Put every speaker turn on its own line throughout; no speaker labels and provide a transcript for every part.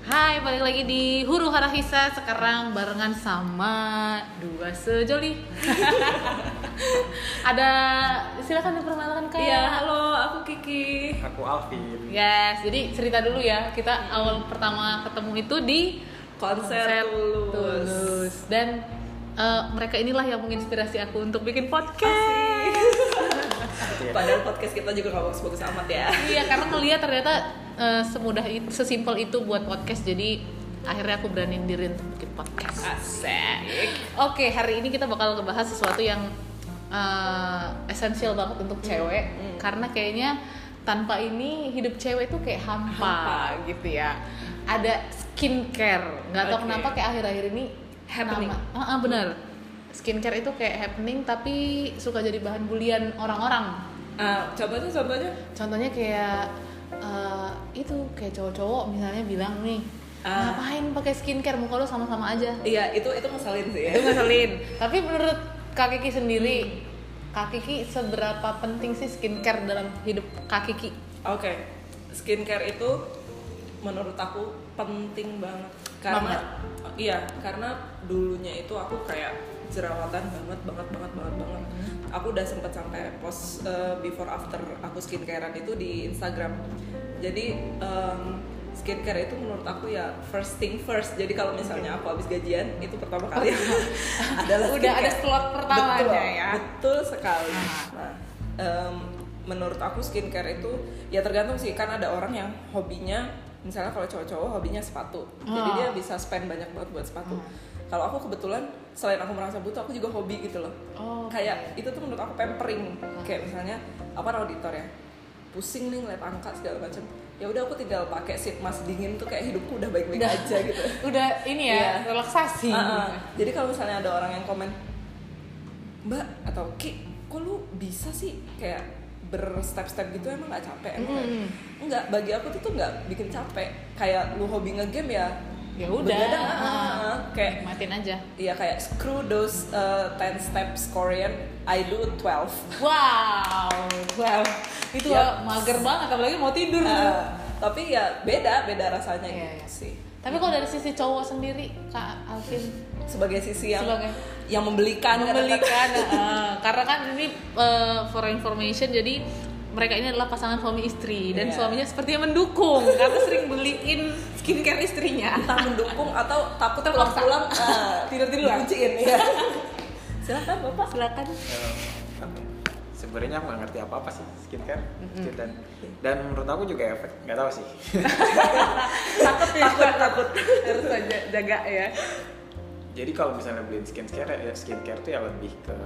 Hai, balik lagi di Huru Hara Hisa sekarang barengan sama dua sejoli. Ada silakan diperkenalkan kayak.
Iya, halo, aku Kiki.
Aku Alvin.
Yes, jadi cerita dulu ya. Kita awal pertama ketemu itu di
Konser Tulus.
Tulus. Dan eh, mereka inilah yang menginspirasi aku untuk bikin podcast.
Gitu ya.
Padahal podcast kita juga gak bagus-bagus amat ya.
Iya, karena ngeliat ternyata eh, semudah itu, sesimpel itu buat podcast. Jadi akhirnya aku beraniin diri untuk bikin podcast.
Asik.
Oke, hari ini kita bakal ngebahas sesuatu yang eh, esensial banget
Hmm.
untuk cewek karena kayaknya tanpa ini hidup cewek itu kayak hampa,
Hampa.
gitu ya. Ada skincare, nggak tahu
Oke.
kenapa kayak akhir-akhir ini
Happening.
nama- Ah, ah, bener. Skincare itu kayak happening tapi suka jadi bahan bulian orang-orang.
Ah, contohnya contohnya
Contohnya kayak eh, itu kayak cowok-cowok misalnya bilang nih,
Ah.
ngapain pakai skincare muka lo sama-sama aja
iya itu itu ngeselin sih ya.
itu ngeselin tapi menurut kak Kiki sendiri kak Kiki seberapa penting sih skincare dalam hidup kak Kiki
Oke. Skincare itu menurut aku penting banget karena iya, karena dulunya itu aku kayak jerawatan banget banget banget banget banget.
Hmm.
Aku udah sempet sampai post eh, before after aku skincarean itu di Instagram. Jadi em, skincare itu menurut aku ya first thing first. Jadi kalau misalnya aku habis gajian itu pertama kali adalah
Oh, iya. udah ada
skincare.
slot pertamanya
Betul,
ya
Betul sekali. Nah, em, menurut aku skincare itu ya tergantung sih kan ada orang yang hobinya misalnya kalau cowok-cowok hobinya sepatu. Jadi
Ah.
dia bisa spend banyak banget buat sepatu. Kalau aku kebetulan selain aku merasa butuh aku juga hobi gitu loh.
Oh,
Kayak itu tuh menurut aku pampering. Kayak misalnya apa auditor ya. Pusing nih ngeliat angka segala macam. Ya udah aku tinggal pakai sheet mask dingin tuh kayak hidupku udah baik-baik aja gitu.
udah ini ya
Iya.
relaksasi
Ah, ah. Jadi kalau misalnya ada orang yang komen, Mbak atau Ki, kok lu bisa sih kayak berstep-step gitu emang nggak capek? Emang nggak-
Mm.
Nggak, bagi aku tuh tuh nggak bikin capek. Kayak lu hobi ngegame ya,
ya udah
begadang, ah, ah,
Ah.
ah. kayak
matiin aja
Iya kayak screw those uh, 10 steps Korean, I do 12
wow wow itu
Yap.
mager banget apalagi mau tidur
Ah, Tapi ya beda, beda rasanya
Iya, iya.
gitu sih
tapi kalau dari sisi cowok sendiri kak Alvin
Sebagai sisi yang,
Sebagai-
yang membelikan kadang-kadang.
membelikan ah. karena kan ini eh, for information jadi mereka ini adalah pasangan suami istri dan
Iya.
suaminya sepertinya mendukung karena sering beliin skincare istrinya
entah mendukung atau takut
Terpaksa.
pulang-pulang eh, tidur tidur kunciin ya silakan bapak
silakan
Eh, Sebenarnya aku nggak ngerti apa apa sih skincare Gitu, dan dan menurut aku juga efek nggak tahu sih.
takut ya
takut takut
harus aja jaga ya
Jadi kalau misalnya beliin skincare ya skincare tuh ya lebih ke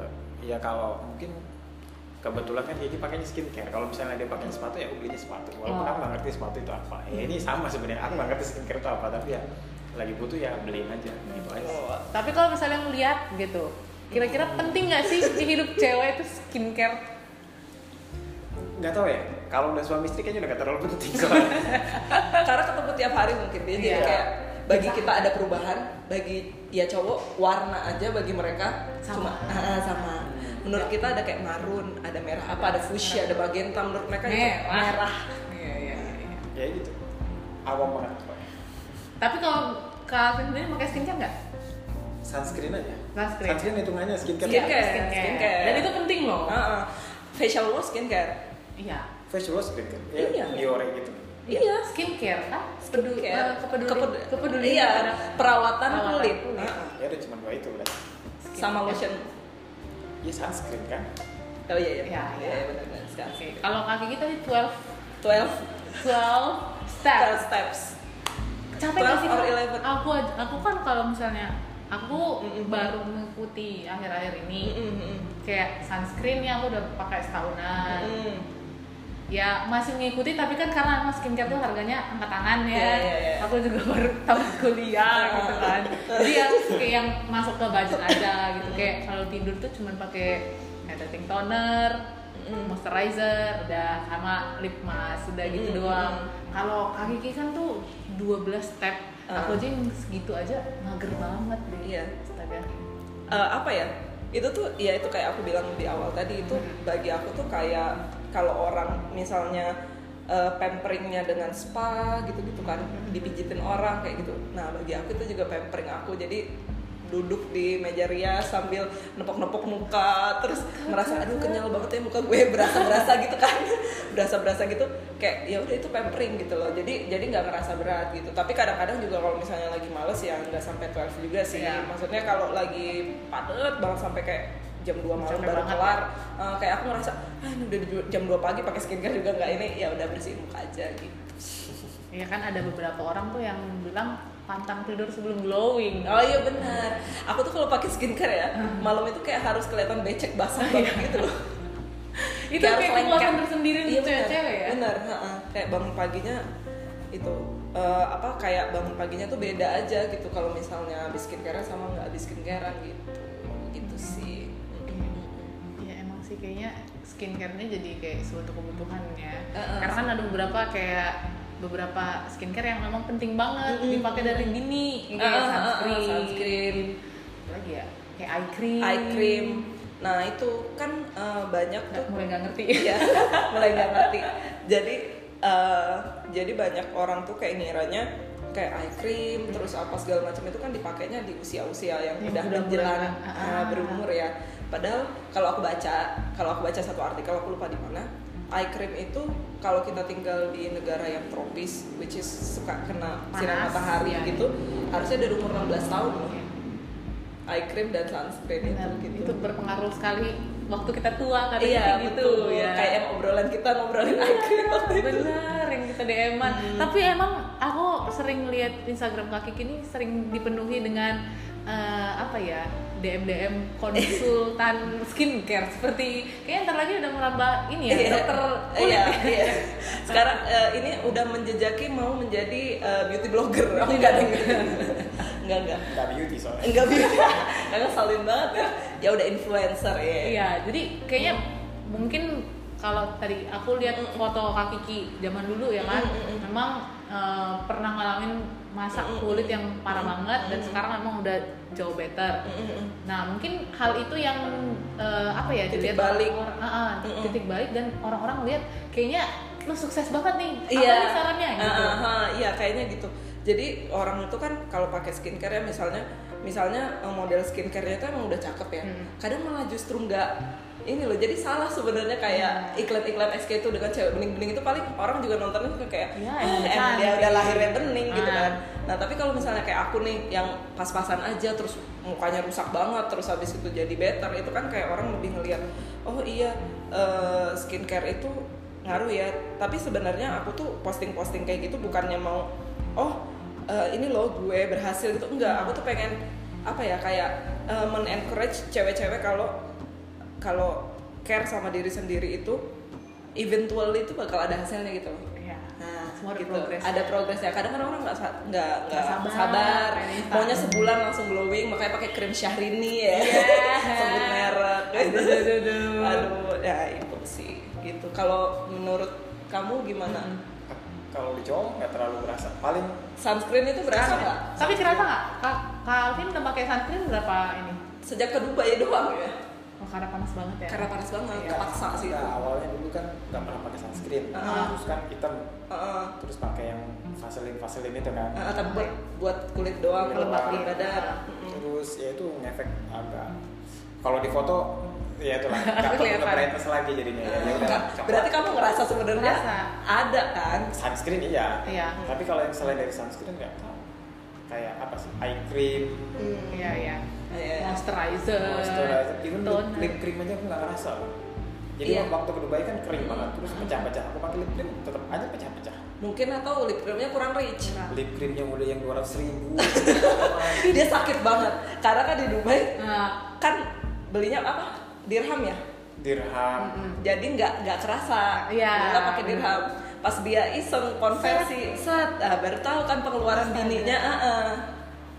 ya kalau mungkin kebetulan kan Kiki pakainya skincare. Kalau misalnya dia pakai sepatu ya aku belinya sepatu. Walaupun
Oh.
aku nggak ngerti sepatu itu apa. Ya ini sama sebenarnya aku nggak ngerti skincare itu apa tapi ya lagi butuh ya beliin aja gitu aja. sih.
tapi kalau misalnya ngeliat gitu kira-kira penting nggak sih di hidup cewek itu skincare
Nggak tahu ya. Kalau udah suami istri kayaknya udah nggak terlalu penting soalnya.
karena ketemu tiap hari mungkin dia jadi
Iya.
kayak bagi kita ada perubahan bagi ya cowok warna aja bagi mereka
Sama. Iya.
cuma ah, ah, sama menurut kita ada kayak marun ada merah apa ada fuchsia ada magenta menurut mereka itu merah
Iya, iya, iya.
ya gitu. Awam banget pokoknya.
tapi kalau kalian sendiri pakai skincare nggak
sunscreen aja
Sunscreen.
hitungannya skincare
Skincare.
Iya, skincare. dan itu penting loh
Ah, ah. facial wash skincare
iya
face wash skincare
Iya.
ya Biore gitu
iya
skincare kan
Peduli,
eh, kepeduli- kepedulian
iya,
terhadap
perawatan,
perawatan
kulit,
kulit.
Ah,
ya udah cuma dua itu udah
ah. sama lotion.
ya sunscreen kan
Oh iya iya,
Iya, iya.
iya benar-benar
Oke,
sekali.
kalau kaki kita di 12
12
12
12
steps.
steps.
Capek gak sih?
12 or
Kak?
11?
Aku aj- aku kan kalau misalnya aku
Mm-mm.
baru mengikuti akhir-akhir ini
Mm-mm.
kayak sunscreen yang aku udah pakai setahunan.
Mm.
Ya masih mengikuti tapi kan karena emang skincare tuh harganya angkat tangan ya.
Iya, iya, iya. Ah,
Aku juga baru tahun kuliah gitu kan. Jadi ya kayak yang masuk ke budget aja
Hmm.
gitu kayak kalau tidur tuh cuman pakai hydrating toner,
Mm.
moisturizer udah sama lip mask udah gitu
Mm,
doang
mm.
kalau kaki Kiki kan tuh 12 step
Ah.
aku aja yang segitu aja mager banget deh
Iya.
stepnya
Eh, apa ya? Itu tuh ya itu kayak aku bilang di awal tadi itu bagi aku tuh kayak kalau orang misalnya eh, pamperingnya dengan spa gitu-gitu kan dipijitin orang kayak gitu nah bagi aku itu juga pampering aku jadi duduk di meja rias sambil nepok-nepok muka terus ngerasa aduh kenyal banget ya muka gue berasa-berasa gitu kan berasa-berasa gitu kayak ya udah itu pampering gitu loh jadi jadi nggak ngerasa berat gitu tapi kadang-kadang juga kalau misalnya lagi males ya nggak sampai 12 juga sih
Iya.
maksudnya kalau lagi padet banget sampai kayak jam 2 malam
Capek
baru
banget
kelar Eh, kayak aku ngerasa ah ini udah di- jam 2 pagi pakai skincare juga nggak ini ya udah bersihin muka aja gitu
ya kan ada beberapa orang tuh yang bilang pantang tidur sebelum glowing
Oh iya benar. Aku tuh kalau pakai skincare ya,
Hmm.
malam itu kayak harus kelihatan becek basah banget gitu loh.
Oh, iya. itu
Kayak
kayak
harus lengket.
kepuasan tersendiri
Iya,
untuk
benar.
cewek-cewek ya
Benar, ha-ha. kayak bangun paginya itu eh, apa kayak bangun paginya tuh beda aja gitu kalau misalnya habis skincare sama nggak habis skincare gitu. Gitu sih.
ya emang sih kayaknya skincare-nya jadi kayak suatu kebutuhan ya
Heeh.
karena kan ada beberapa kayak beberapa skincare yang memang penting banget
Mm-mm.
dipakai dari dini kayak
Ah, ah, ah,
Iya, sunscreen,
sunscreen.
Apa lagi ya kayak eye cream
Eye cream. Nah, itu kan eh, banyak
Nggak-
tuh
mulai nggak ngerti
Iya, mulai nggak ngerti. Jadi eh, jadi banyak orang tuh kayak ngiranya kayak eye cream terus apa segala macam itu kan dipakainya di usia-usia yang
Yang
udah
udah
menjelang
berapa?
eh, berumur ya. Padahal kalau aku baca, kalau aku baca satu artikel aku lupa di mana, eye cream itu kalau kita tinggal di negara yang tropis which is suka kena sinar
Panas,
matahari
iya.
gitu, harusnya dari umur 16 tahun loh.
Iya.
Eye cream dan sunscreen
Benar,
itu gitu.
itu berpengaruh sekali waktu kita tua kan
iya,
kayak
gitu. Kayak yang obrolan kita ngobrolin eye cream waktu Oh, itu. Hmm.
bener yang kita DM-an tapi emang aku sering lihat Instagram kaki kini sering dipenuhi dengan eh, apa ya DM DM konsultan skincare seperti kayaknya ntar lagi udah merambah ini ya
Iya,
dokter kulit
iya, iya. Sekarang eh, ini udah menjejaki mau menjadi eh, beauty blogger. Oh, enggak, enggak. enggak, enggak.
nggak beauty soalnya
Enggak beauty. Karena salin banget ya. Ya udah influencer ya.
iya jadi kayaknya mungkin kalau tadi aku lihat foto Kak Kiki zaman dulu ya kan
Mm, mm, mm.
memang eh, pernah ngalamin masa
Mm, mm,
kulit yang parah
Mm,
banget dan
mm.
sekarang memang udah jauh better
Mm-mm.
Nah, mungkin hal itu yang eh, apa ya dilihat
Titik balik. Mm,
orang, ah, ah,
Mm-mm.
titik balik dan orang-orang lihat kayaknya lu sukses banget nih.
Iya.
Apa nih sarannya gitu.
Ah, ah, ah, iya kayaknya gitu. Jadi orang itu kan kalau pakai skincare ya misalnya misalnya eh, model skincare-nya itu emang udah cakep ya.
Hmm.
Kadang malah justru nggak ini loh. Jadi salah sebenarnya
Hmm.
kayak iklan-iklan SK itu dengan cewek bening-bening itu paling orang juga nontonnya suka kayak
Iya,
"Ah,
emang
emang dia
cantik."
udah lahirnya bening gitu
Ah.
kan. Nah, tapi kalau misalnya kayak aku nih yang pas-pasan aja terus mukanya rusak banget terus habis itu jadi better itu kan kayak orang lebih ngelihat oh iya eh, skincare itu ngaruh ya. Tapi sebenarnya aku tuh posting-posting kayak gitu bukannya mau oh eh, ini loh gue berhasil gitu
Hmm.
enggak. Aku tuh pengen apa ya kayak eh, men-encourage cewek-cewek kalau kalau care sama diri sendiri itu eventually itu bakal ada hasilnya gitu loh.
Iya.
Nah,
Semua ada
gitu.
progress.
Ada progres ya. Kadang orang nggak sa- nggak nggak
Nggak sabar,
sabar.
pengen instan.
Maunya sebulan langsung glowing, makanya pakai krim Syahrini ya. Sebut merek.
Iya. Aduh, aduh, aduh.
Aduh, ya itu sih gitu. Kalau menurut kamu gimana?
Hmm.
kalau di cowok nggak terlalu berasa paling
Sunscreen itu berasa nggak?
Tapi kerasa nggak? Kak Calvin udah pakai sunscreen berapa ini?
Sejak ke Dubai doang ya.
Oh, karena panas banget ya.
Karena panas banget,
Iya.
kepaksa sih itu.
nggak, awalnya dulu kan nggak pernah pakai sunscreen
Ah.
terus kan hitam
Heeh.
terus pakai yang vaselin vaselin itu kan
Heeh, tapi buat, buat kulit doang,
Iya,
Kulit
kelembapan
doang.
badan. Mm-mm.
terus ya itu ngefek agak kalau di foto ya itulah nggak
Kelihatan.
nggak brightness lagi jadinya ya Ya udah
Enggak.
coklat.
Nah, Berarti kamu ngerasa sebenarnya
Iya, Ngerasa.
ada kan?
sunscreen iya
Iya.
tapi kalau yang selain dari sunscreen nggak tahu kayak apa sih eye cream
Hmm.
Iya, iya.
Iya.
Moisturizer.
moisturizer even lip,
toner.
lip cream aja aku nggak ngerasa jadi
Iya.
waktu ke Dubai kan kering banget terus pecah-pecah aku pakai lip cream tetap aja pecah-pecah
Mungkin atau lip creamnya kurang rich.
Kurang.
lip cream yang udah yang 200 ribu
Dia sakit banget karena kan di Dubai
Nah,
kan belinya apa? Dirham ya.
dirham
mm-mm.
Jadi nggak nggak kerasa.
Iya.
Kita pakai dirham. Pas dia iseng konversi, set, ah, baru tahu kan
Set.
pengeluaran bininya. ah, ah.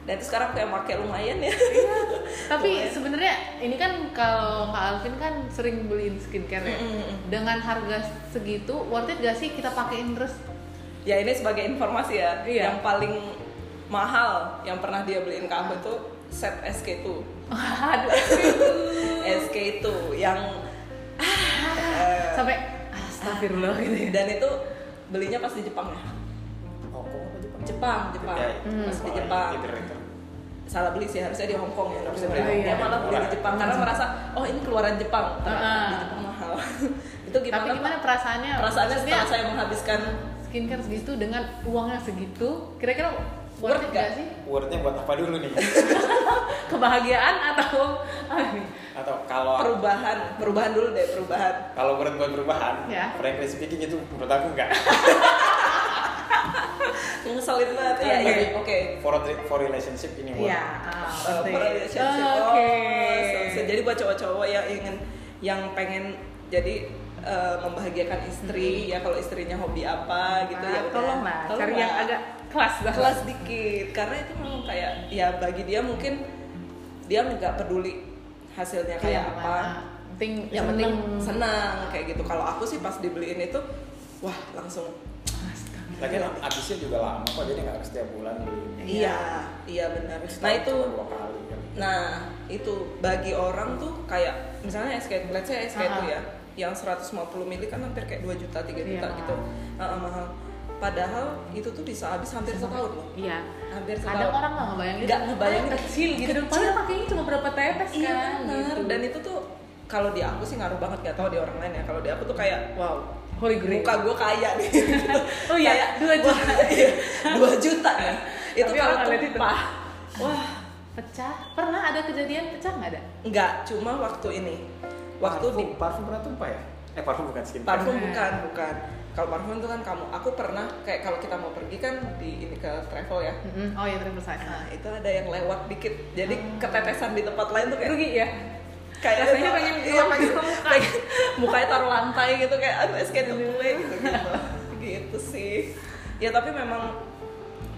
Dan itu sekarang kayak pakai lumayan ya.
Tapi sebenarnya ini kan kalau Kak Alvin kan sering beliin skincare ya.
Mm-mm.
Dengan harga segitu worth it gak sih kita pakein terus?
ya ini sebagai informasi ya.
Iya.
Yang paling mahal yang pernah dia beliin ke aku itu set SK2.
Aduh.
Eh. SK itu yang
Sampai astagfirullah gitu ya.
dan itu belinya pas di Jepang ya
Hong Kong apa Jepang?
Jepang Jepang
Ya,
pas di
sekolah
Jepang
Literature.
salah beli sih harusnya di Hong Kong ya harusnya beli
Oh,
Hong
iya.
Kong. dia malah beli di
Murah.
Jepang karena merasa oh ini keluaran Jepang ternyata
Ah.
di Jepang mahal itu gimana,
Tapi gimana
Pak?
perasaannya?
perasaannya
Maksudnya,
setelah saya menghabiskan
skincare segitu dengan uangnya segitu, kira-kira worth
Worth
it
nggak?
nggak sih?
Wordnya buat apa dulu nih?
Kebahagiaan atau ah, ini.
Atau kalau
perubahan perubahan dulu deh perubahan
kalau menurut gue perubahan,
Ya.
frankly speaking itu menurut aku enggak.
ngeselin banget ya
Oke.
jadi oke
For, for relationship ini buat
Iya. ah,
Eh,
pasti.
relationship.
Ah, Oke.
Oh, so- so- jadi buat cowok-cowok yang ingin yang pengen jadi eh, membahagiakan istri ya kalau istrinya hobi apa gitu
Nah,
ya udah.
Mm-hmm. tolonglah cari yang agak kelas dah.
kelas dikit karena itu memang kayak ya bagi dia mungkin dia nggak peduli hasilnya kayak apa
Penting
Iya, yang penting senang kayak gitu kalau aku sih pas dibeliin itu wah langsung
Lagian abisnya juga lama kok, jadi nggak harus tiap bulan beli.
Iya.
iya iya benar nah
Setahun
itu
cuma dua kali kan.
Nah, itu bagi orang tuh kayak misalnya es krim, let's say es krim tuh
Ah.
ya, yang 150 mili kan hampir kayak 2 juta, 3 juta
Iya.
gitu. Ah, ah, mahal. Padahal itu tuh bisa habis hampir setahun loh.
Iya.
Hampir setahun.
Kadang orang nggak ngebayangin.
Nggak ngebayangin.
Ah, kecil gitu.
Kecil.
Padahal pakainya cuma berapa tetes
Iya
kan.
benar.
gitu.
Dan itu tuh kalau di aku sih ngaruh banget gak tau di orang lain ya. Kalau di aku tuh kayak wow,
Holy grail.
muka gue kaya nih.
Oh iya,
Kayak,
2 juta.
wah, iya, 2 juta ya. Itu
Tapi
kalau
orang lihat itu.
tumpah. Wah,
pecah. Pernah ada kejadian pecah nggak ada?
enggak, cuma waktu ini. Waktu di
parfum, parfum pernah tumpah ya? Eh parfum bukan skincare.
parfum
Nah.
bukan bukan kalau parfum itu kan kamu aku pernah kayak kalau kita mau pergi kan di ini ke travel ya
Mm-mm. Oh iya terima kasih.
nah itu ada yang lewat dikit jadi ketetesan di tempat lain tuh kayak
Ah. Rugi ya.
kayak
Rasanya pengen gitu.
iya,
hilang
pengen-
ke muka.
pengen- mukanya taruh lantai gitu kayak aduh es krim mulai gitu gitu gitu sih ya tapi memang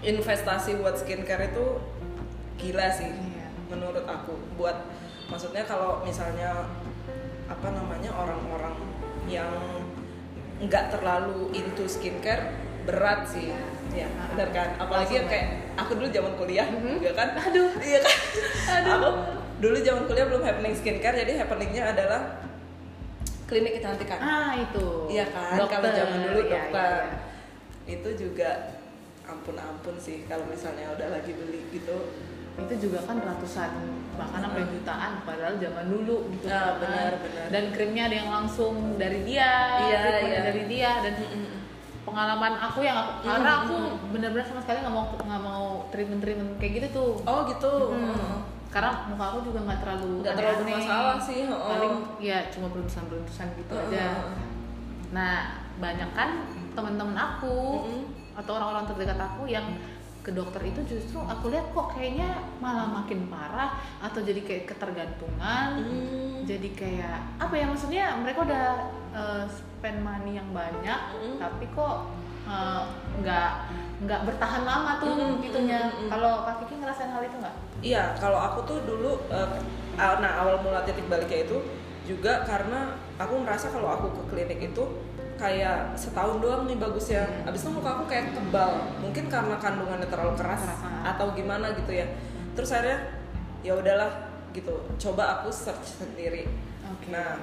investasi buat skincare itu gila sih
Iya.
menurut aku buat maksudnya kalau misalnya apa namanya orang-orang yang nggak terlalu into skincare berat sih ya benar kan apalagi yang kayak aku dulu zaman kuliah juga kan aduh iya kan
Aduh.
aku dulu zaman kuliah belum happening skincare jadi happeningnya adalah klinik kecantikan
Ah itu.
Iya kan, kalau zaman dulu
Iya,
dokter
iya, iya.
itu juga ampun-ampun sih kalau misalnya udah lagi beli gitu.
itu juga kan ratusan bahkan sampai
Hmm.
jutaan padahal zaman dulu gitu kan.
Ah, benar, benar.
dan krimnya ada yang langsung dari dia
Iya,
treatmentnya
iya.
dari dia dan pengalaman aku yang aku,
Mm,
karena
mm,
aku
mm.
benar-benar sama sekali nggak mau nggak mau treatment treatment kayak gitu tuh
Oh gitu.
Hmm. karena muka aku juga nggak terlalu
Nggak terlalu
aneh-aneh.
bermasalah sih, heeh.
paling ya cuma beruntusan beruntusan gitu
Heeh.
aja nah banyak kan teman-teman aku
Mm-mm.
atau orang-orang terdekat aku yang ke dokter itu justru aku lihat kok kayaknya malah makin parah atau jadi kayak ketergantungan
Hmm.
jadi kayak apa ya maksudnya mereka udah eh, spend money yang banyak
Mm.
tapi kok eh, nggak nggak bertahan lama tuh
Mm,
gitunya
mm, mm, mm.
kalau Kak Kiki ngerasain hal itu nggak
Iya, kalau aku tuh dulu eh, aw- nah awal mula titik baliknya itu juga karena aku merasa kalau aku ke klinik itu kayak setahun doang nih bagusnya.
Hmm.
Abis itu muka aku kayak tebal. Mungkin karena kandungannya terlalu keras
Keras, ah.
atau gimana gitu ya. Terus akhirnya ya udahlah gitu. Coba aku search sendiri.
Oke.
Nah,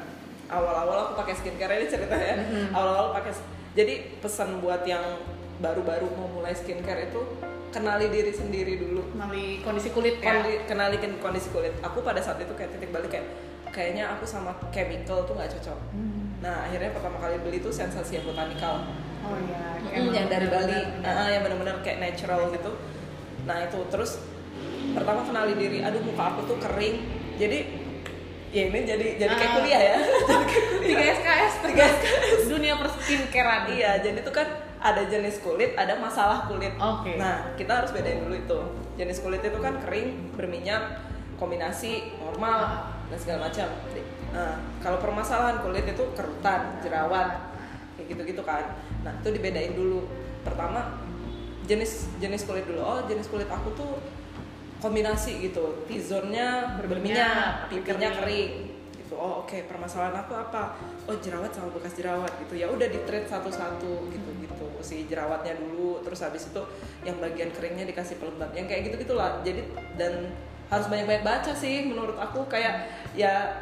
awal-awal aku pakai skincare ini cerita ya.
Hmm.
Awal-awal pakai jadi pesan buat yang baru-baru mau mulai skincare itu kenali diri sendiri dulu
melalui kondisi kulit ya
Kondi- kenalikin kondisi kulit aku pada saat itu kayak titik balik kayak kayaknya aku sama chemical tuh nggak cocok
Hmm.
nah akhirnya pertama kali beli tuh sensasia botanikal
oh ya
Mm, yang dari Bali Ah, yang benar-benar kayak natural gitu nah itu terus pertama kenali diri aduh muka aku tuh kering jadi ya ini jadi jadi kayak
Ah.
kuliah ya jadi kayak
tiga
kuliah
SKS
Tiga
dunia perskincarean
iya jadi itu kan ada jenis kulit ada masalah kulit
Oke.
nah kita harus bedain dulu itu jenis kulit itu kan kering berminyak kombinasi normal dan segala macam nah, kalau permasalahan kulit itu kerutan jerawat kayak gitu gitu kan nah itu dibedain dulu pertama jenis jenis kulit dulu oh jenis kulit aku tuh kombinasi gitu T-zone-nya berminyak
Berminyak,
pipinya
kering.
kering gitu oh oke permasalahan aku apa oh jerawat sama bekas jerawat gitu ya udah di treat satu-satu gitu gitu si jerawatnya dulu terus habis itu yang bagian keringnya dikasih pelembab yang kayak gitu gitulah jadi dan harus banyak-banyak baca sih menurut aku kayak ya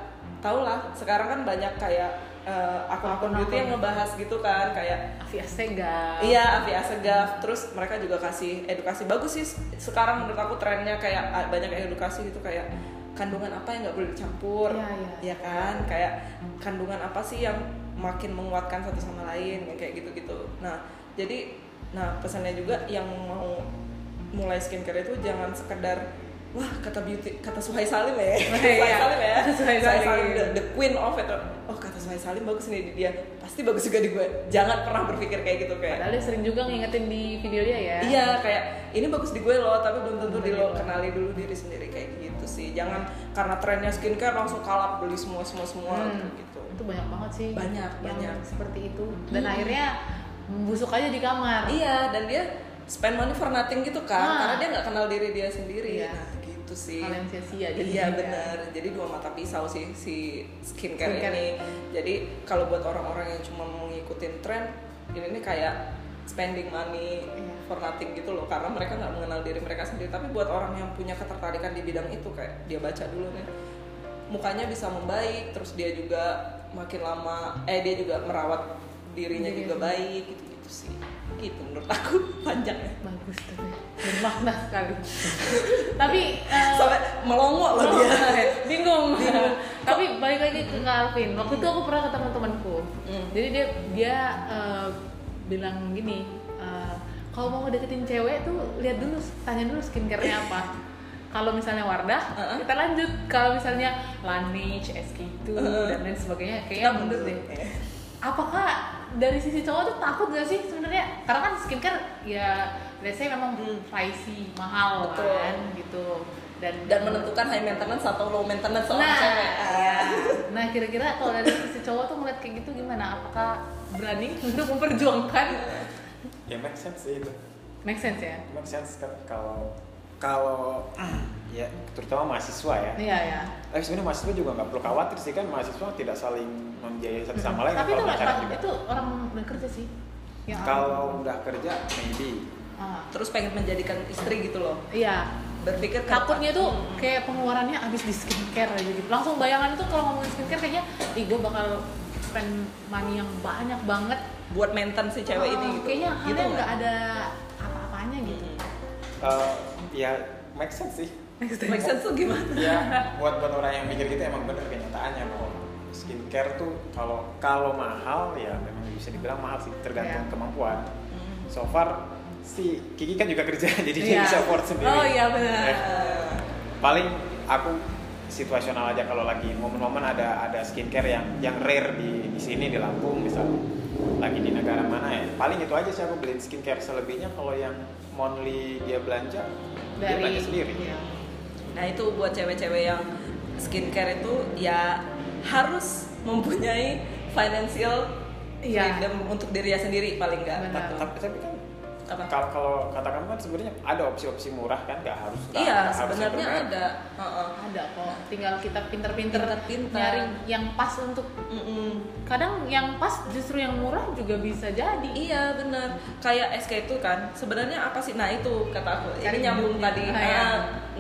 tau lah sekarang kan banyak kayak eh, akun-akun beauty yang ngebahas gitu kan kayak
Afi Astega
Iya, Avi Asegaf. Terus mereka juga kasih edukasi bagus sih. Sekarang menurut aku trennya kayak ah, banyak edukasi gitu kayak kandungan apa yang nggak boleh dicampur,
Iya, iya.
ya kan? Kayak kandungan apa sih yang makin menguatkan satu sama lain yang kayak gitu-gitu. Nah, jadi nah pesannya juga yang mau mulai skincare itu jangan sekedar wah kata beauty kata Suhai Salim ya Suhai
Iya,
Salim ya
Suhai Salim.
the, the queen of it oh kata Suhai Salim bagus nih di dia pasti bagus juga di gue jangan pernah berpikir kayak gitu kayak
padahal dia sering juga ngingetin di video dia ya
Iya kayak ini bagus di gue loh tapi belum tentu di lo kenali dulu diri sendiri kayak gitu sih jangan karena trennya skincare langsung kalap beli semua semua semua
Hmm.
gitu
itu banyak banget sih
Banyak,
yang
banyak.
seperti itu dan akhirnya busuk aja di kamar
iya dan dia spend money for nothing gitu kan
Ah.
karena dia nggak kenal diri dia sendiri
Iya.
nah gitu sih
kalian sia-sia ya. jadi
Iya benar. Jadi dua mata pisau sih si skincare,
Skincare.
ini. Jadi kalau buat orang-orang yang cuma mau ngikutin tren, ini nih kayak spending money
Iya.
for nothing gitu loh karena mereka nggak mengenal diri mereka sendiri. Tapi buat orang yang punya ketertarikan di bidang itu kayak dia baca dulu nih mukanya bisa membaik, terus dia juga makin lama eh dia juga merawat
Dirinya
dirinya juga baik gitu-gitu sih. Gitu menurut aku panjang ya.
bagus tapi bermakna sekali tapi eh,
Sampai melongo
Oh,
loh Oh, dia.
bingung. Tapi balik lagi ke Calvin. Waktu itu aku pernah ketemu temanku.
Hmm.
Jadi dia dia eh, bilang gini, eh, kalau mau deketin cewek tuh lihat dulu, tanya dulu skincare-nya apa. Kalau misalnya Wardah,
Uh-uh.
kita lanjut. Kalau misalnya Laneige, SK2 dan lain sebagainya, kayaknya mundur deh. Apakah dari sisi cowok tuh takut gak sih sebenarnya? Karena kan skincare ya, let's say memang pricey, mahal
Hmm. Betul.
kan gitu. Dan
dan menentukan high maintenance atau low maintenance seorang
Nah,
cewek.
iya. nah kira-kira kalau dari sisi cowok tuh ngeliat kayak gitu gimana? Apakah berani untuk memperjuangkan?
ya make sense sih itu
Make sense ya?
make sense kan kalau kalau ya terutama mahasiswa ya
Iya ya.
tapi sebenarnya mahasiswa juga nggak perlu khawatir sih kan mahasiswa tidak saling membiayai satu sama lain
Tapi itu
kalau
nggak Ya,
pacaran
tak-
juga
itu orang udah kerja sih. Yang
kalau udah kerja maybe
Ah,
Terus pengen menjadikan istri gitu loh.
iya.
Berpikir ke-
Takutnya tuh kayak pengeluarannya abis di skincare aja gitu. Langsung bayangan tuh kalau ngomongin skincare kayaknya, ih gue bakal spend money yang banyak banget.
buat maintain si cewek
Ah,
ini gitu.
Kayaknya
gitu
kalian nggak
nggak? Hmm.
ada apa-apanya gitu.
eh, ya make sense sih
Make sense tuh gimana?
ya buat buat orang yang mikir gitu emang bener kenyataannya kalau skincare tuh kalau kalau mahal ya memang bisa dibilang mahal sih tergantung
Iya.
kemampuan
Hmm.
so far si Kiki kan juga kerja jadi dia
Iya.
bisa afford sendiri
Oh iya
Nah,
benar.
Ya. paling aku situasional aja kalau lagi momen-momen ada ada skincare yang yang rare di di sini di Lampung misalnya lagi di negara mana ya paling itu aja sih aku beliin skincare selebihnya kalau yang monthly dia belanja dia belanja sendiri
iya.
Nah itu buat cewek-cewek yang skincare itu ya harus mempunyai financial
Iya.
freedom untuk dirinya sendiri paling nggak.
Benar.
Betul.
tapi tapi kan
Apa?
kalau kalau kata kamu kan sebenarnya ada opsi-opsi murah kan nggak harus nggak-
Iya
nggak harus kan. yang
sebenarnya
bermerek.
ada. Heeh.
ada kok tinggal kita pinter-pinter
Pinter-pinter.
nyari yang pas untuk
Mm-mm.
kadang yang pas justru yang murah juga bisa jadi
Iya benar. Kayak SK itu kan sebenarnya apa sih? Nah itu kata aku.
Cari
Ini nyambung
bukti. Ah,
tadi. ah,
ya.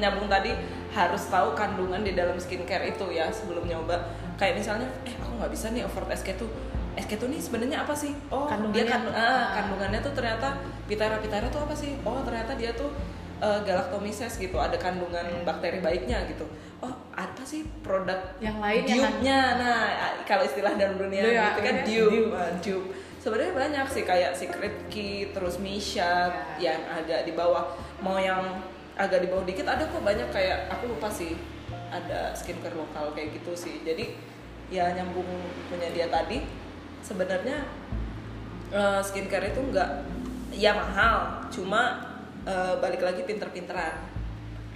nyambung tadi harus tahu kandungan di dalam skincare itu ya sebelum nyoba. Kayak misalnya, eh aku nggak bisa nih afford SK itu. SK itu nih sebenarnya apa sih? Oh dia
Kandungannya.
kan ah, kandungannya tuh ternyata pitera pitera tuh apa sih? Oh ternyata dia tuh eh, galactomyces gitu ada kandungan bakteri baiknya gitu. Oh apa sih produk
yang lain yang kan?
Dupe-nya, nah kalau istilah dalam dunia
Iya,
itu kan
iya.
dupe,
Dupe.
Ah, dupe. Sebenarnya banyak sih kayak Secret Key, terus Misha
Iya.
yang agak di bawah. Mau yang agak di bawah dikit ada kok banyak kayak aku lupa sih ada skincare lokal kayak gitu sih. Jadi ya nyambung punya dia tadi sebenarnya eh, skincare itu nggak ya mahal, cuma eh, balik lagi pinter-pinteran.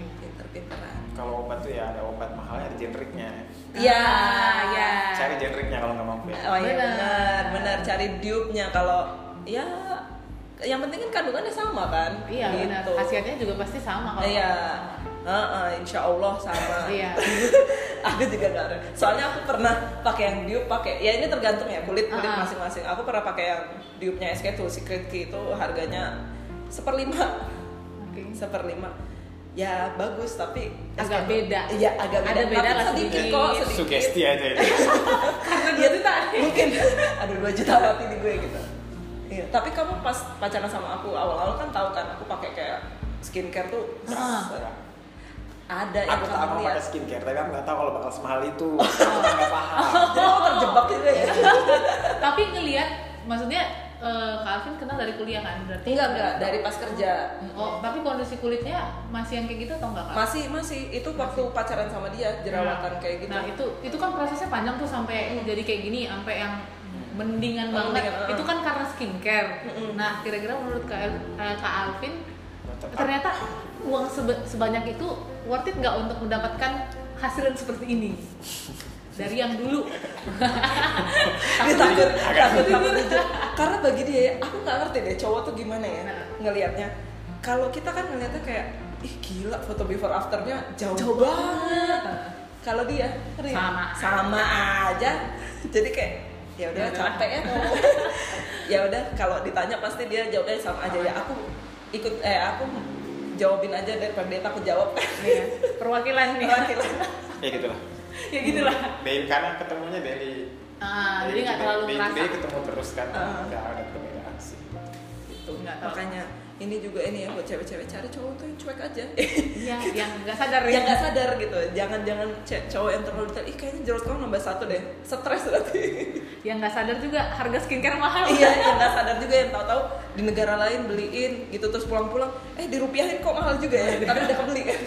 Pinter-pinteran.
kalau obat tuh ya ada obat mahalnya ada generiknya
Iya,
Ah,
ya.
cari generiknya kalau nggak mampu ya
Oh iya
Benar.
benar, benar cari dupe-nya kalau ya yang penting kan kandungannya sama kan?
iya benar
Gitu.
khasiatnya juga pasti sama kalau
Iya. Heeh, insya Allah sama.
iya
aku juga nggak ada. Soalnya aku pernah pakai yang dupe, pakai ya ini tergantung ya kulit kulit
Ah.
masing-masing. Aku pernah pakai yang dupe-nya SK tuh Secret Key itu harganya seperlima,
Oke.
seperlima. Ya bagus tapi
Hmm. Agak
SK
beda.
Iya agak beda.
Ada beda
tapi
lah
sedikit
sedikit.
kok, sedikit.
sugesti aja itu
karena atau dua juta
mungkin ada dua juta mati di gue gitu Iya, tapi kamu pas pacaran sama aku awal-awal kan tahu kan aku pakai kayak skincare tuh
Ah.
serah. ada yang
aku tak
kamu
mau
lihat
pakai skincare tapi aku nggak tahu kalau bakal semahal itu nggak paham
jadi kamu terjebak juga ya
tapi ngelihat maksudnya eh, Kak Alvin kenal dari kuliah kan berarti
enggak enggak dari pas kerja
oh tapi kondisi kulitnya masih yang kayak gitu atau enggak Kak?
masih masih itu waktu pacaran sama dia jerawatan kayak gitu
Nah itu itu kan prosesnya panjang tuh sampai jadi kayak gini, sampai yang mendingan
Oh,
banget.
mendingan, Hmm. uh.
Itu kan karena skincare.
Mm-mm.
Nah kira-kira menurut Kak, El- eh, Kak Alvin
Tetap.
ternyata uang sebe- sebanyak itu worth it nggak untuk mendapatkan hasil yang seperti ini dari yang dulu.
dia takut
Agak
takut takut aja. karena bagi dia ya, aku nggak ngerti deh cowok tuh gimana ya
Nah.
ngelihatnya kalau kita kan ngelihatnya kayak ih gila foto before afternya jauh, banget kalau dia ngeri.
Sama.
sama aja jadi kayak ya udah
Ya udah.
capek ya ngomong." ya udah kalau ditanya pasti dia jawabnya sama aja ya aku ikut eh aku jawabin aja daripada dia takut jawab
Iya. Perwakilan nih.
Perwakilan.
ya gitulah
ya gitulah.
Daily karena ketemunya daily
Ah, jadi nggak terlalu
day,
merasa.
day ketemu terus kan
Ah.
nggak ada perbedaan sih
gitu.
Nggak tahu.
makanya ini juga ini ya buat cewek-cewek cari cowok tuh yang cuek aja
Iya, yang nggak sadar ya.
yang nggak sadar gitu jangan jangan ce- cowok yang terlalu detail ih kayaknya jerawat kamu nambah satu deh stres nanti
Yang nggak sadar juga harga skincare mahal.
iya yang nggak sadar juga yang tahu-tahu di negara lain beliin gitu terus pulang-pulang eh dirupiahin kok mahal juga ya tapi udah kebeli kan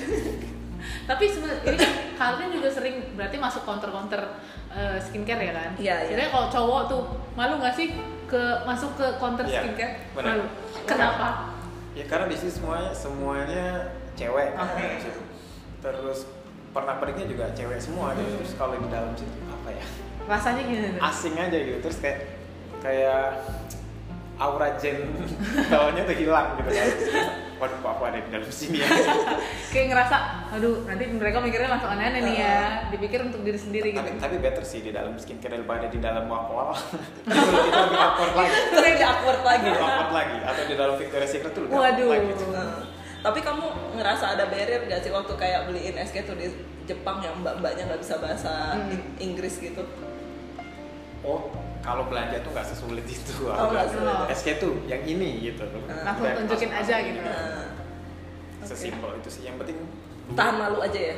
tapi sebenarnya ini kan kalian juga sering berarti masuk counter-counter eh, skincare ya kan?
Iya, iya.
Sebenarnya kalau cowok tuh malu nggak sih ke masuk ke counter
Iya,
skincare?
benar.
Malu. Kenapa?
ya karena di sini semuanya semuanya cewek kan
Oke.
di situ. terus pernah perginya juga cewek semua gitu. terus kalau di dalam situ apa ya
Rasanya gini.
asing aja gitu terus kayak kayak aura gen tahunnya tuh hilang gitu kan waduh kok aku ada di dalam sini ya
Kayak ngerasa, aduh nanti mereka mikirnya langsung aneh-aneh nih ya. Dipikir untuk diri sendiri
tapi,
gitu.
tapi better sih di dalam skincare daripada di dalam wakwal itu lebih itu lebih awkward lagi
terus lebih awkward lagi
lebih awkward lagi atau di dalam Victoria's Secret tuh lebih
Iya. Waduh.
awkward lagi gitu.
Nah, tapi kamu ngerasa ada barrier gak sih waktu kayak beliin SK tuh di Jepang yang mbak-mbaknya nggak bisa bahasa
Hmm.
Ing- Inggris gitu
oh kalau belanja tuh nggak sesulit itu
Oh, nggak
sesulit.
SK tuh yang ini gitu
Langsung
Kayak
tunjukin
langsung
aja
masukin
gitu.
aja.
Nah,
sesimpel itu sih yang penting
tahan malu aja ya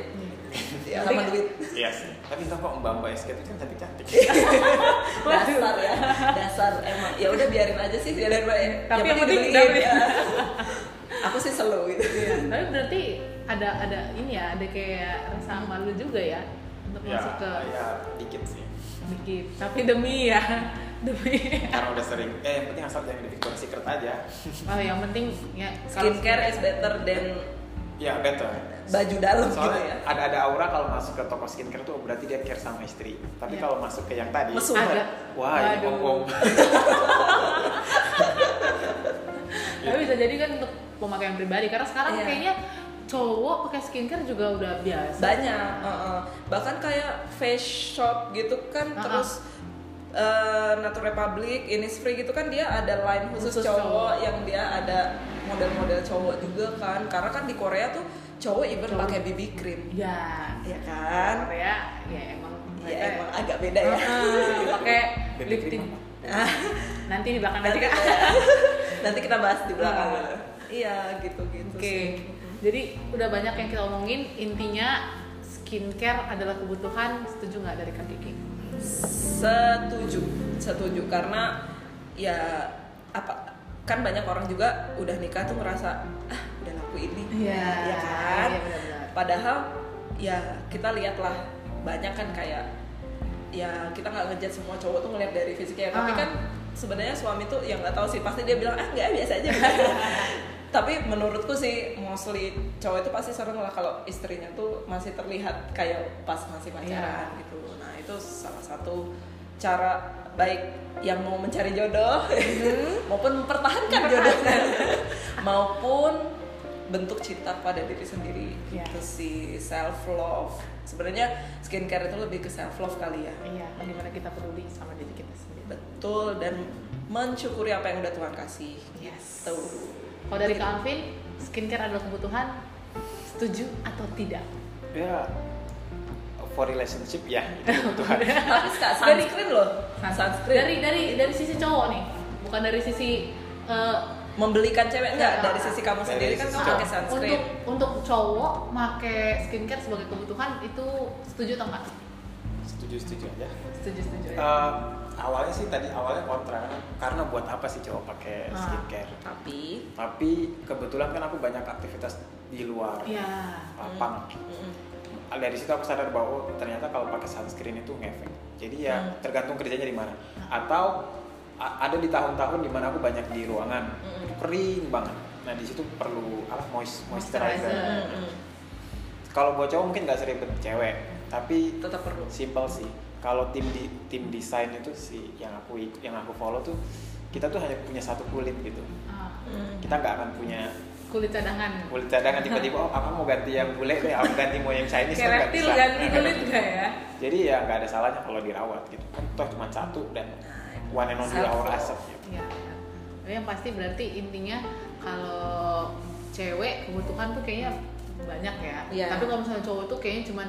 ya sama
Tapi-
duit
iya sih tapi entah kok mbak mbak SK tuh kan cantik cantik
Iya,
dasar ya dasar emang ya udah biarin aja sih biarin aja
Tapi yang penting Iya. dibeliin.
ya. aku sih selalu gitu
Tapi berarti ada ada ini ya, ada kayak rasa malu juga ya untuk
ya
masuk ke
ya dikit sih
dikit. Tapi demi ya, demi.
karena udah sering eh yang penting asal jangan di Victoria's Secret aja
Oh, yang penting ya kalau-
skincare is better than
ya better
baju dalam gitu ya
soalnya ada ada aura kalau masuk ke toko skincare tuh berarti dia care sama istri tapi
Iya.
kalau masuk ke yang tadi
Mesum.
Agak.
wah ini
Waduh.
bongkong
Tapi bisa jadi kan untuk pemakaian pribadi karena sekarang
Iya.
kayaknya cowok pakai skincare juga udah biasa.
banyak uh-uh. bahkan kayak face shop gitu kan
Uh-uh.
terus eh, Nature Republic, Innisfree gitu kan dia ada line
Khusus
khusus, cowok,
cowok.
yang dia ada model-model cowok juga kan karena kan di Korea tuh cowok even
Cowok.
pakai BB cream
Ya,
ya kan
Korea ya emang
ya
mereka-
emang agak beda ya
Ah, pakai
Baby
lip
cream
tint.
apa?
Nanti di belakang
Ah. nanti kan.
aja.
kita, nanti kita bahas di belakang
Ah.
iya gitu gitu
Oke. Jadi udah banyak yang kita omongin intinya skincare adalah kebutuhan setuju nggak dari Kak Kiki?
setuju setuju karena ya apa kan banyak orang juga udah nikah tuh ngerasa ah udah laku ini
Iya.
ya kan
Iya, benar-benar.
padahal ya kita lihatlah banyak kan kayak ya kita nggak ngejat semua cowok tuh ngeliat dari fisiknya
Ah.
tapi kan sebenarnya suami tuh yang nggak tahu sih pasti dia bilang ah nggak biasa aja tapi menurutku sih mostly cowok itu pasti seneng lah kalau istrinya tuh masih terlihat kayak pas masih pacaran
Iya.
gitu nah itu salah satu cara baik yang mau mencari jodoh maupun mempertahankan jodohnya maupun bentuk cinta pada diri sendiri
Iya.
gitu sih self love sebenarnya skincare itu lebih ke self love kali ya
Iya, bagaimana kita peduli sama diri kita sendiri.
betul dan mensyukuri apa yang udah Tuhan kasih
Yes.
Tuh.
Kalau dari Kak Alvin, skincare adalah kebutuhan, setuju atau tidak?
ya for relationship ya itu kebutuhan
Tapi suka
Dari-
sunscreen loh.
Nah,
Sunscreen.
dari dari dari sisi cowok nih bukan dari sisi eh,
membelikan cewek enggak
Enggak.
dari sisi kamu
Dari
sendiri kan
sisi
kamu
cowok.
pakai
untuk
sunscreen.
untuk cowok make skincare sebagai kebutuhan itu setuju atau enggak
setuju setuju aja
setuju setuju ya
Eh, awalnya sih tadi awalnya kontra karena, karena buat apa sih cowok pakai
Ah.
skincare
Tapi
tapi kebetulan kan aku banyak aktivitas di luar
Iya. Hmm.
lapang
mm,
dari situ aku sadar bahwa oh, ternyata kalau pakai sunscreen itu ngefek jadi ya
Hmm.
tergantung kerjanya di mana
Hmm.
atau a- ada di tahun-tahun di mana aku banyak di ruangan
Hmm.
kering banget nah di situ perlu apa moist- moisturizer,
Moisturizer.
mm, mm,
kalau buat cowok mungkin nggak seribet cewek tapi
tetap perlu.
simple sih kalau tim di tim desain itu sih yang aku ik- yang aku follow tuh kita tuh hanya punya satu kulit gitu
Ah,
Mm.
kita nggak akan punya
kulit cadangan
kulit cadangan tiba-tiba oh aku mau ganti yang bule deh aku ganti mau yang Chinese tuh
kayak
nggak
reptil
bisa.
ganti kulit enggak ya
jadi ya nggak ada salahnya kalau dirawat gitu kan toh cuma satu dan one and only
Self
our
love.
asap gitu
Iya. Tapi yang pasti berarti intinya kalau cewek kebutuhan tuh kayaknya banyak ya.
Iya.
Tapi kalau misalnya cowok tuh kayaknya cuman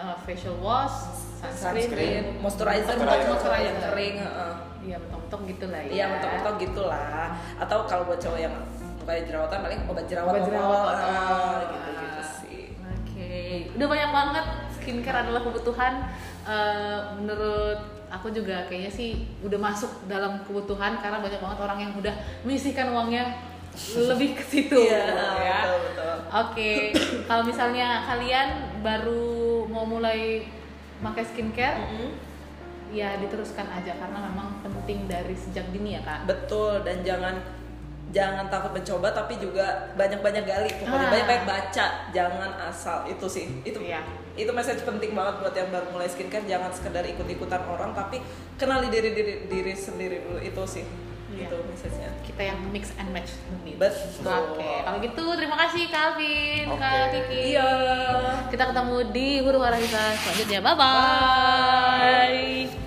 uh, facial wash, sunscreen,
Sunscreen.
dan-
moisturizer,
Moisturizer.
mentok-mentok yang kering, heeh.
Iya, mentok-mentok gitu lah ya.
Iya, mentok-mentok gitulah. Atau kalau buat cowok yang mukanya jerawatan paling obat jerawat,
Obat jerawat.
gitu gitu sih.
Oke. Udah banyak banget skincare adalah kebutuhan Eh, menurut aku juga kayaknya sih udah masuk dalam kebutuhan karena banyak banget orang yang udah menyisihkan uangnya lebih ke situ
Iya,
ya.
betul betul.
Oke, kalau misalnya kalian baru mau mulai pakai skincare,
Mm-mm.
ya diteruskan aja karena memang penting dari sejak dini ya kak.
Betul dan jangan jangan takut mencoba tapi juga banyak-banyak gali pokoknya
Ah.
banyak-banyak baca jangan asal itu sih itu
Iya.
itu message penting banget buat yang baru mulai skincare jangan sekedar ikut-ikutan orang tapi kenali diri diri diri sendiri dulu itu sih
Iya.
itu message-nya
Kita yang mix and match demi.
Betul.
Oke, kalau gitu terima kasih Calvin,
Oke.
Kak Kiki.
iya
Kita ketemu di huru hara kita selanjutnya. Bye bye.